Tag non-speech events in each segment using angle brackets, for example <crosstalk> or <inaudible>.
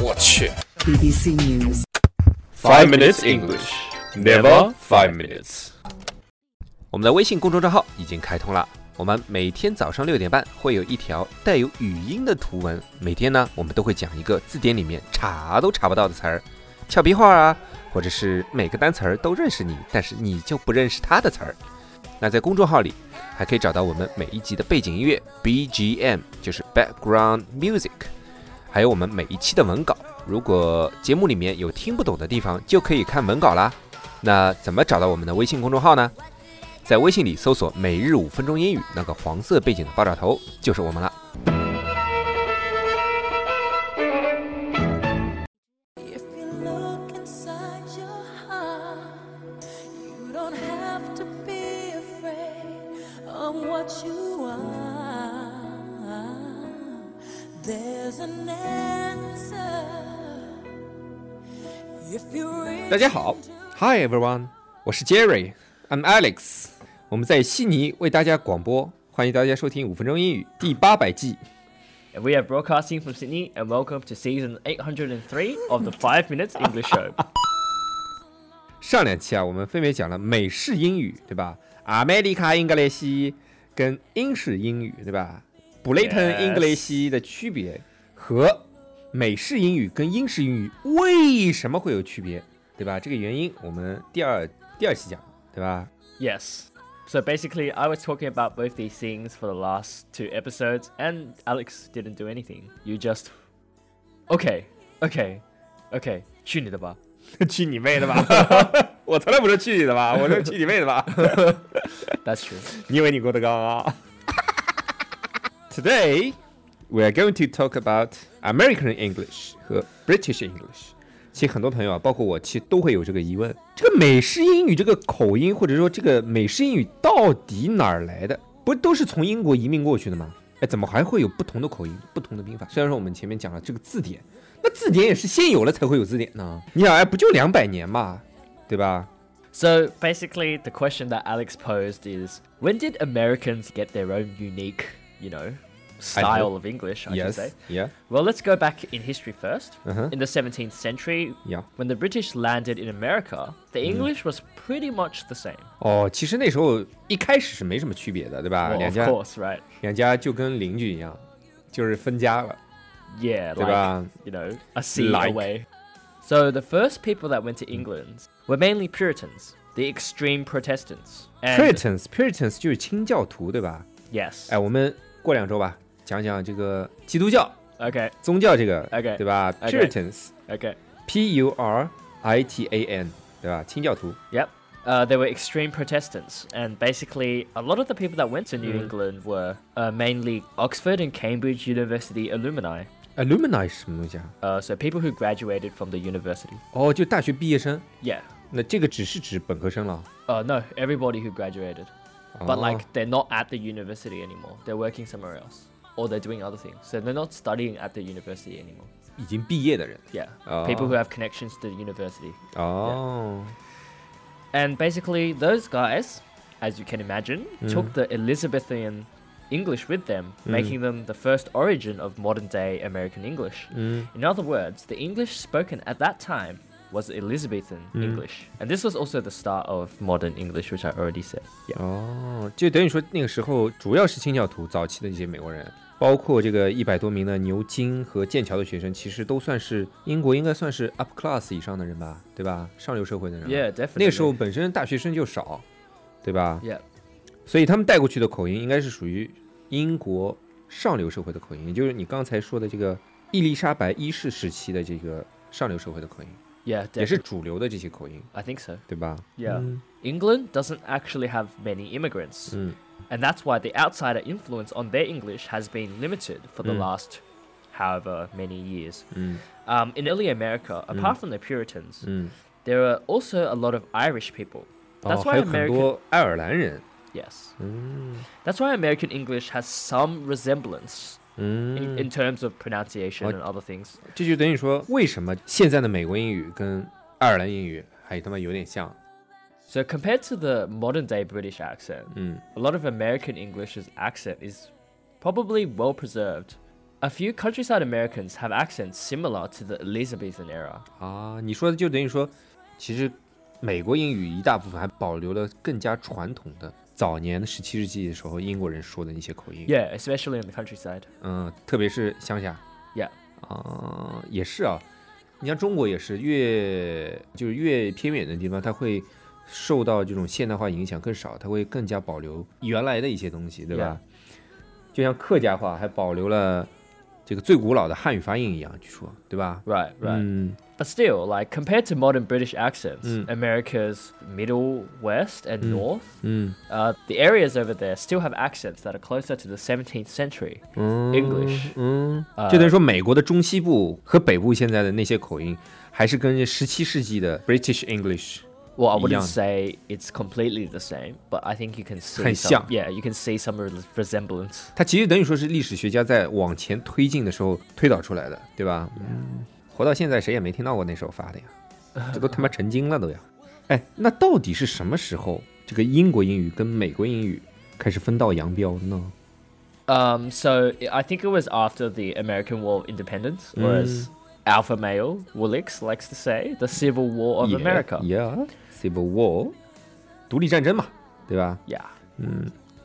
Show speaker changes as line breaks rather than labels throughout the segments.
我去，
BBC News.
Five minutes English, never five minutes。
我们的微信公众账号已经开通了，我们每天早上六点半会有一条带有语音的图文，每天呢我们都会讲一个字典里面查都查不到的词儿，俏皮话啊，或者是每个单词儿都认识你，但是你就不认识它的词儿。那在公众号里还可以找到我们每一集的背景音乐 BGM，就是 background music，还有我们每一期的文稿。如果节目里面有听不懂的地方，就可以看文稿啦。那怎么找到我们的微信公众号呢？在微信里搜索“每日五分钟英语”，那个黄色背景的爆炸头就是我们了。
If you look inside your heart, you don't have to be afraid of what you are. There's an answer. If you reach
大家好，Hi everyone，我是 Jerry，I'm Alex，我们在悉尼为大家广播，欢迎大家收听五分钟英语第八百季。
We are broadcasting from Sydney and welcome to season 803 of the Five Minutes English Show.
上两期啊，我们分别讲了美式英语，对吧？America English 跟英式英语，对吧？Britain
Yes
English 的区别和美式英语跟英式英语为什么会有区别，对吧？这个原因我们第二第二期讲，对吧？
Yes. So basically, I was talking about both these things for the last two episodes, and Alex didn't do anything. You just. Okay, okay, okay. 去你的吧.
<laughs> 去你妹的吧！ <laughs> 我从来不是去你的吧， <laughs> 我说去你妹的吧！
That's true.
你以为你郭德纲啊 <laughs> ？Today we are going to talk about American English 和 British English。其实很多朋友啊，包括我，其实都会有这个疑问：这个美式英语这个口音，或者说这个美式英语到底哪儿来的？不都是从英国移民过去的吗？哎，怎么还会有不同的口音、不同的拼法？虽然说我们前面讲了这个字典，那字典也是先有了才会有字典呢。你想，哎，不就两百年嘛，对吧？
So basically, the question that Alex posed is when did Americans get their own unique, you know, style of English, I should say?
yeah,
Well, let's go back in history 1st
Uh-huh.
In the 17th century,
yeah.
when the British landed in America, the
Hmm.
English was pretty much the same.
哦，其实那时候一开始是没什么区别的，对吧？
Well,
两
哦 of
家
course, right?
两家就跟邻居一样，就是分家了，
Yeah,
对
like
吧？
you know, a sea
Like.
away. So the first people that went to England were mainly Puritans, the extreme Protestants. And
Puritans Oh. Puritans 就是清教徒，对吧？
Yes.
哎，我们过两周吧，讲讲这个基督教
Okay.
宗教这个
OK，
对吧
OK
？Puritans
Okay.
P U R I T A N，对吧？清教徒。
Yep. Uh, they were extreme Protestants, and basically, a lot of the people that went to
Hmm.
New England were uh, mainly Oxford and Cambridge University alumni.
Alumni 是什么东西啊？
Uh, so people who graduated from the university.
哦，就大学毕业生。
Yeah.
那这个只是指本科生了。
Uh, no, everybody who graduated.
哦
But like, they're not at the university anymore. They're working somewhere else, or they're doing other things. So they're not studying at the university anymore.
已经毕业的人。
Yeah. People who
Oh.
have connections to the university.
哦，
And basically, those guys, as you can imagine, took the Elizabethan English with them, making them the first origin of modern day American English.
嗯
In other words, the English spoken at that time was Elizabethan English. And this was also the start of modern English, which I already said. Yeah.
哦，就等于说那个时候主要是清教徒，早期的一些美国人，包括这个一百多名的牛津和剑桥的学生，其实都算是英国应该算是 up class 以上的人吧，对吧？上流社会的人吧。啊
Yeah, definitely.
那个时候本身大学生就少，对吧？
Yeah.
所以他们带过去的口音应该是属于英国上流社会的口音，也就是你刚才说的这个伊丽莎白一世时期的这个上流社会的口音，
Yeah,
也
definitely.
是主流的这些口音，
I think so.
对吧？
Yeah. England doesn't actually have many immigrants.
Mm.
And that's why the outsider influence on their English has been limited for the
Mm.
last however many years.
嗯
Um, in early America,
Mm.
apart from the Puritans,
嗯。
there are also a lot of Irish people.
哦，
That's
还
why
有很
American
多爱尔兰人，
yes,
嗯
that's why American English has some resemblance
嗯
in, in terms of pronunciation
Oh.
and other things.
这就等于说，为什么现在的美国英语跟爱尔兰英语还他妈有点像？
So compared to the modern day British accent,
嗯
a lot of American English's accent is probably well preserved a few countryside Americans have accents similar to the Elizabethan era.
啊，你说的就等于说，其实美国英语一大部分还保留了更加传统的早年十七世纪的时候英国人说的那些口音。
Yeah, especially in the countryside.
嗯，特别是乡下。
Yeah.
啊、也是啊。你像中国也是越就是越偏远的地方，它会受到这种现代化影响更少，它会更加保留原来的一些东西，对吧就像客家话还保留了这个最古老的汉语发音一样，据说，对吧？
Right, right.
嗯
Mm. But still, like compared to modern British accents,
Mm.
America's middle west and
Mm.
north,
嗯
uh, the areas over there still have accents that are closer to the 17th century
嗯
English.
嗯，
呃
就等于说美国的中西部和北部现在的那些口音，还是跟十七世纪的 British English
Well, I wouldn't
Young.
say it's completely the same, but I think you can see
很
some,
像。
yeah, you can see some re- resemblance.
它其实等于说是历史学家在往前推进的时候推导出来的，对吧？嗯，活到现在谁也没听到过那时候发的呀，
<laughs>
这都他妈成精了都要。哎，那到底是什么时候这个英国英语跟美国英语开始分道扬镳呢？
Um, so I- I think it was after the American War of Independence, or as alpha male Woolix likes to say, the Civil War of America.
Yeah，Civil War，独立战争嘛，对吧？
Yeah.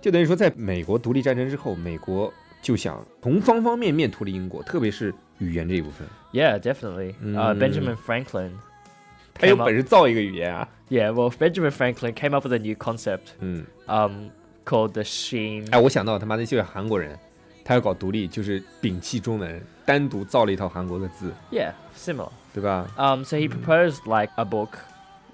就等于说，在美国独立战争之后，美国就想从方方面面脱离英国，特别是语言这一部分。
Yeah, definitely. Uh,
Mm.
Benjamin Franklin
他有
Came up-
本事造一个语言啊，
Yeah, well, Benjamin Franklin came up with a new concept
嗯，
um, called the sheen.
哎，我想到他妈的就是韩国人，他要搞独立，就是摒弃中文，单独造了一套韩国的字，
Yeah, similar.
对吧？
Um, so he proposed like a book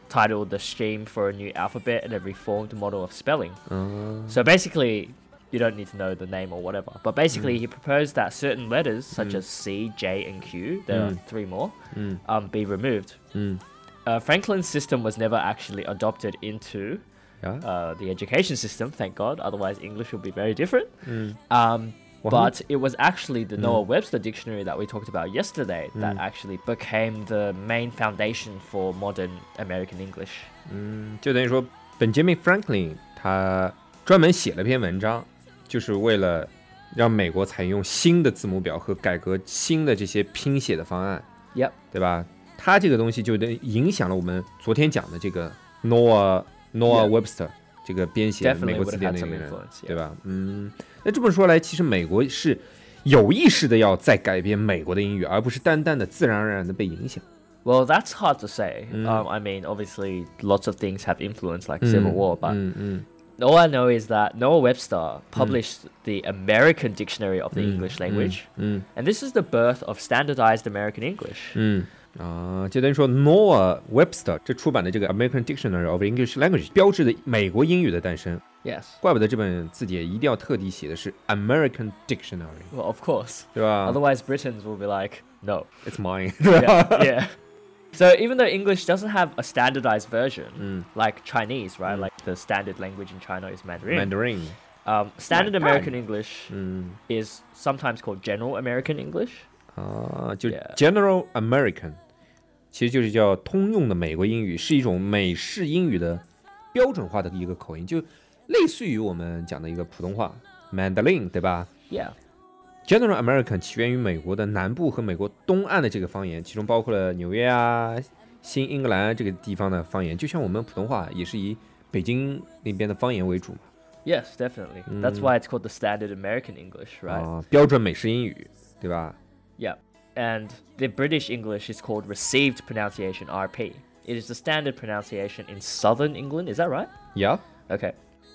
titled "The Scheme for a New Alphabet and a Reformed Model of Spelling."
嗯
So basically, you don't need to know the name or whatever. But basically, he proposed that certain letters such as C, J, and Q, there are
Mm.
three more,
嗯
um, be removed.
嗯
Uh, Franklin's system was never actually adopted into
啊
uh, the education system, thank God. Otherwise, English would be very different.
嗯
Um,
Wow.
But it was actually the Noah Webster dictionary that we talked about yesterday that actually became the main foundation for modern American English.
嗯，就等于说，Benjamin Franklin 他专门写了篇文章，就是为了让美国采用新的字母表和改革新的这些拼写的方案。
Yep.
对吧？它这个东西就能影响了我们昨天讲的这个 Noah Noah
Yeah.
Webster 这个编写
Definitely
美国字典
would
的
have
那个
had some
人
influence, yeah.
对吧？嗯，那这么说来，其实美国是有意识的要再改变美国的英语，而不是单单的自然而然的被影响。
Well, that's hard to say. Um, I mean, obviously, lots of things have influence, like Civil War, but
嗯嗯
all I know is that Noah Webster published the American Dictionary of the
Hmm.
English Language,
嗯
and this is the birth of standardized American English.
嗯啊，就等于说 Noah Webster 这出版的这个 American Dictionary of English Language 标志着美国英语的诞生，
Yes.
怪不得这本字典一定要特地写的是 American Dictionary，
Well, of course.
对吧
Otherwise, Britons will be like, no.
？It's mine，对吧？
yeah, yeah. So even though English doesn't have a standardized version,
嗯。
like Chinese, right? Like the standard language in China is Mandarin.
<laughs> Mandarin，
um,
Mandarin.
standard
Hmm.
American English
嗯
is sometimes called General American English.
啊，就
Yeah.
General American，其实就是叫通用的美国英语，是一种美式英语的标准化的一个口音，就类似于我们讲的一个普通话 Mandarin，对吧
Yeah.
？General American 起源于美国的南部和美国东岸的这个方言，其中包括了纽约啊、新英格兰啊这个地方的方言，就像我们普通话也是以北京那边的方言为主嘛，
Yes, definitely. That's why it's called the standard American English, right?
啊，标准美式英语，对吧？
Yeah. And the British English is called received pronunciation RP. It is the standard pronunciation in southern England, is that right?
呀、
Okay.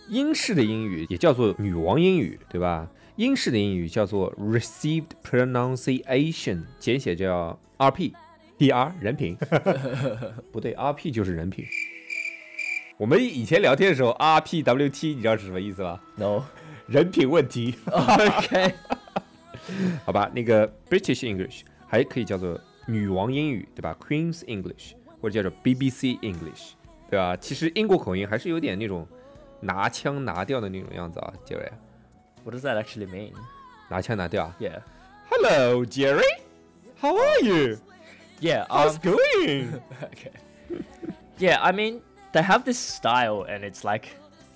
英式的英语也叫做女王英语，对吧？英式的英语叫做 Received Pronunciation，简写叫 RP，DR 人品，不对，RP 就是人品。我们以前聊天的时候，RPWT 你知道是什么意思吧？
No.
人品问题，
okay.
好吧？那个 British English 还可以叫做女王英语，对吧？Queen's English 或者叫做 BBC English，对吧？其实英国口音还是有点那种拿腔拿调的那种样子啊，杰瑞。
What does that actually mean?
拿腔拿调。
Yeah.
Hello, Jerry. How are you?
Yeah.
How's
Um,
<laughs> going?
okay. Yeah, I mean, they have this style, and Mm. it's like,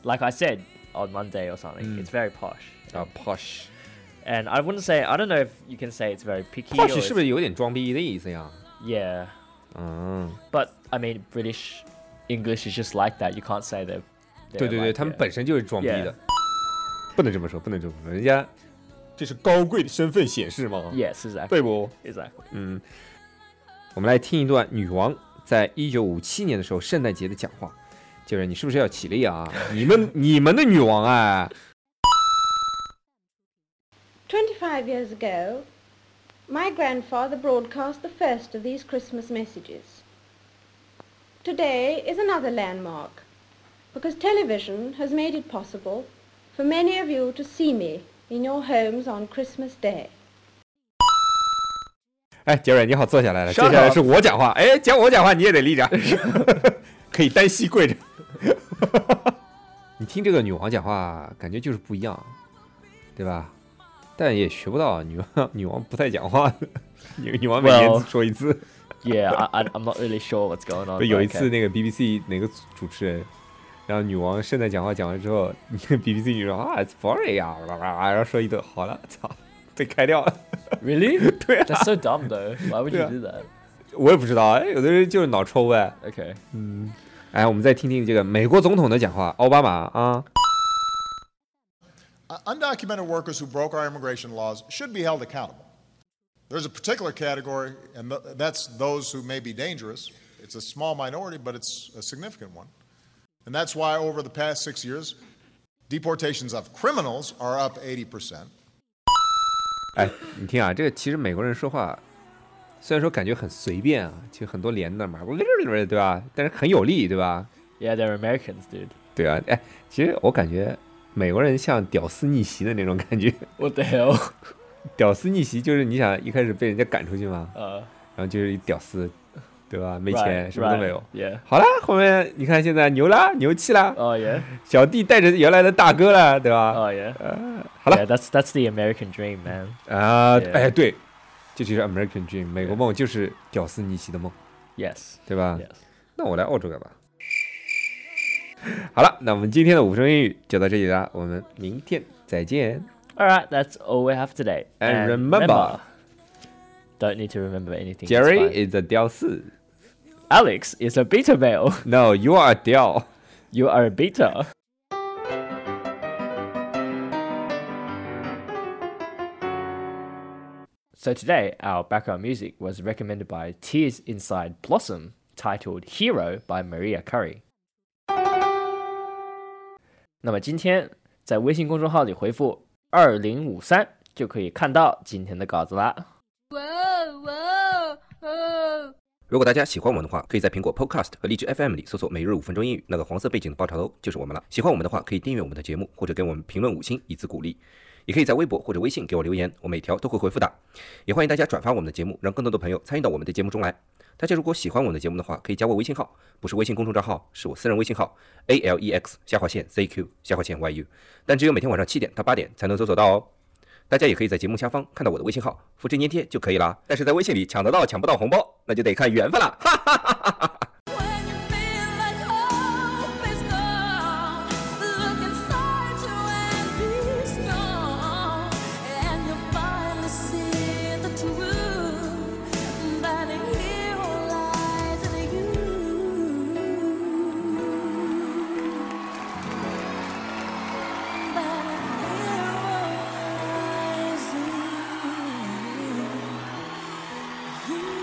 like I said on Monday or something, it's very posh.
啊，posh，
And I wouldn't say I don't know if you can say it's very picky.
或
or
许是
it's-
不是有点装逼的意思呀？
Yeah,
嗯，
but I mean British English is just like that. You can't say that.
对对对，他们本身就是装逼的，不能这么说，不能这么说，人家这是高贵的身份显示嘛
Yes, exactly.
对不？
Exactly.
嗯，我们来听一段女王在一九五七年的时候圣诞节的讲话，就是你是不是要起立啊？你们你们的女王啊，
25 years ago, my grandfather broadcast the first of these Christmas messages. Today is another landmark because television has made it possible for many of you to see me in your homes on Christmas Day.
哎，杰瑞你好，坐下来了，接
稍
下
等
来是我讲话，哎，讲我讲话你也得立着， <laughs> 可以单膝跪着。你听这个女王讲话，感觉就是不一样，对吧？但也学不到女王，女王不太讲话的， <laughs> 女女王每年
Well-
说一次。
Yeah, I, I, I'm not really sure what's going on.
不有
but
一
okay.
次那个 BBC 哪个主主持人，然后女王圣诞讲话讲完之后 <laughs> ，BBC 女王啊，it's boring 啊，哇哇哇，然后说一顿，好了，操，被开掉了。
<laughs> Really?
对啊，
That's so dumb though. Why would you
Yeah.
do that?
我也不知道，哎，有的人就是脑抽呗。
Okay.
哎，我们再听听这个美国总统的讲话，奥巴马啊，
Uh, Undocumented workers who broke our immigration laws should be held accountable. There's a particular category, and th- that's those who may be dangerous. It's a small minority, but it's a significant one. And that's why over the past six years, deportations of criminals are up 80%.
哎，你听啊，这个其实美国人说话，虽然说感觉很随便啊，其实很多连的嘛， <laughs> 对吧？但是很有力，对吧？
Yeah, they're Americans, dude.
对啊，哎，其实我感觉美国人像屌丝逆袭的那种感觉。
What the <laughs> hell?
屌丝逆袭就是你想一开始被人家赶出去嘛，
Uh,
然后就是一屌丝，对吧？没
right,
钱，什么都
right,
没有。
Yeah.
好啦，后面你看现在牛啦，牛气啦，
Oh yeah.
小弟带着原来的大哥啦，对吧？
Oh yeah.
好了。
Yeah, that's that's the American dream, man.
啊，
对
哎，对，这就是 American Dream，美国梦就是屌丝逆袭的梦，
Yes.
对吧？
Yes.
那我来澳洲干嘛？好了，那我们今天的五声英语就到这里啦，我们明天再见。
All right, that's all we have today.
And remember-
don't need to remember anything. it's fine.
Jerry is a 屌丝
Alex is a beta male. <laughs>
，No，you are a 屌。
You are a beta. So today, our background music was recommended by Tears Inside Blossom, titled Hero by Maria Curry. 那么今天在微信公众号里回复“二零五三”就可以看到今天的稿子啦。
如果大家喜欢我们的话，可以在苹果 Podcast 和荔枝 FM 里搜索“每日五分钟英语”，那个黄色背景的爆炒头就是我们了。喜欢我们的话，可以订阅我们的节目，或者给我们评论五星以资鼓励。也可以在微博或者微信给我留言，我每条都会回复的。也欢迎大家转发我们的节目，让更多的朋友参与到我们的节目中来。大家如果喜欢我们的节目的话，可以加我微信号，不是微信公众账号，是我私人微信号 a l e x 下划线 z q 下划线 y u，但只有每天晚上七点到八点才能搜索到哦。大家也可以在节目下方看到我的微信号，复制粘贴就可以了。但是在微信里抢得到抢不到红包，那就得看缘分了。哈。
When you feel like hope is gone, look inside you and be strong, and you'll finally see the truth that a hero lies in you. That a hero lies in you.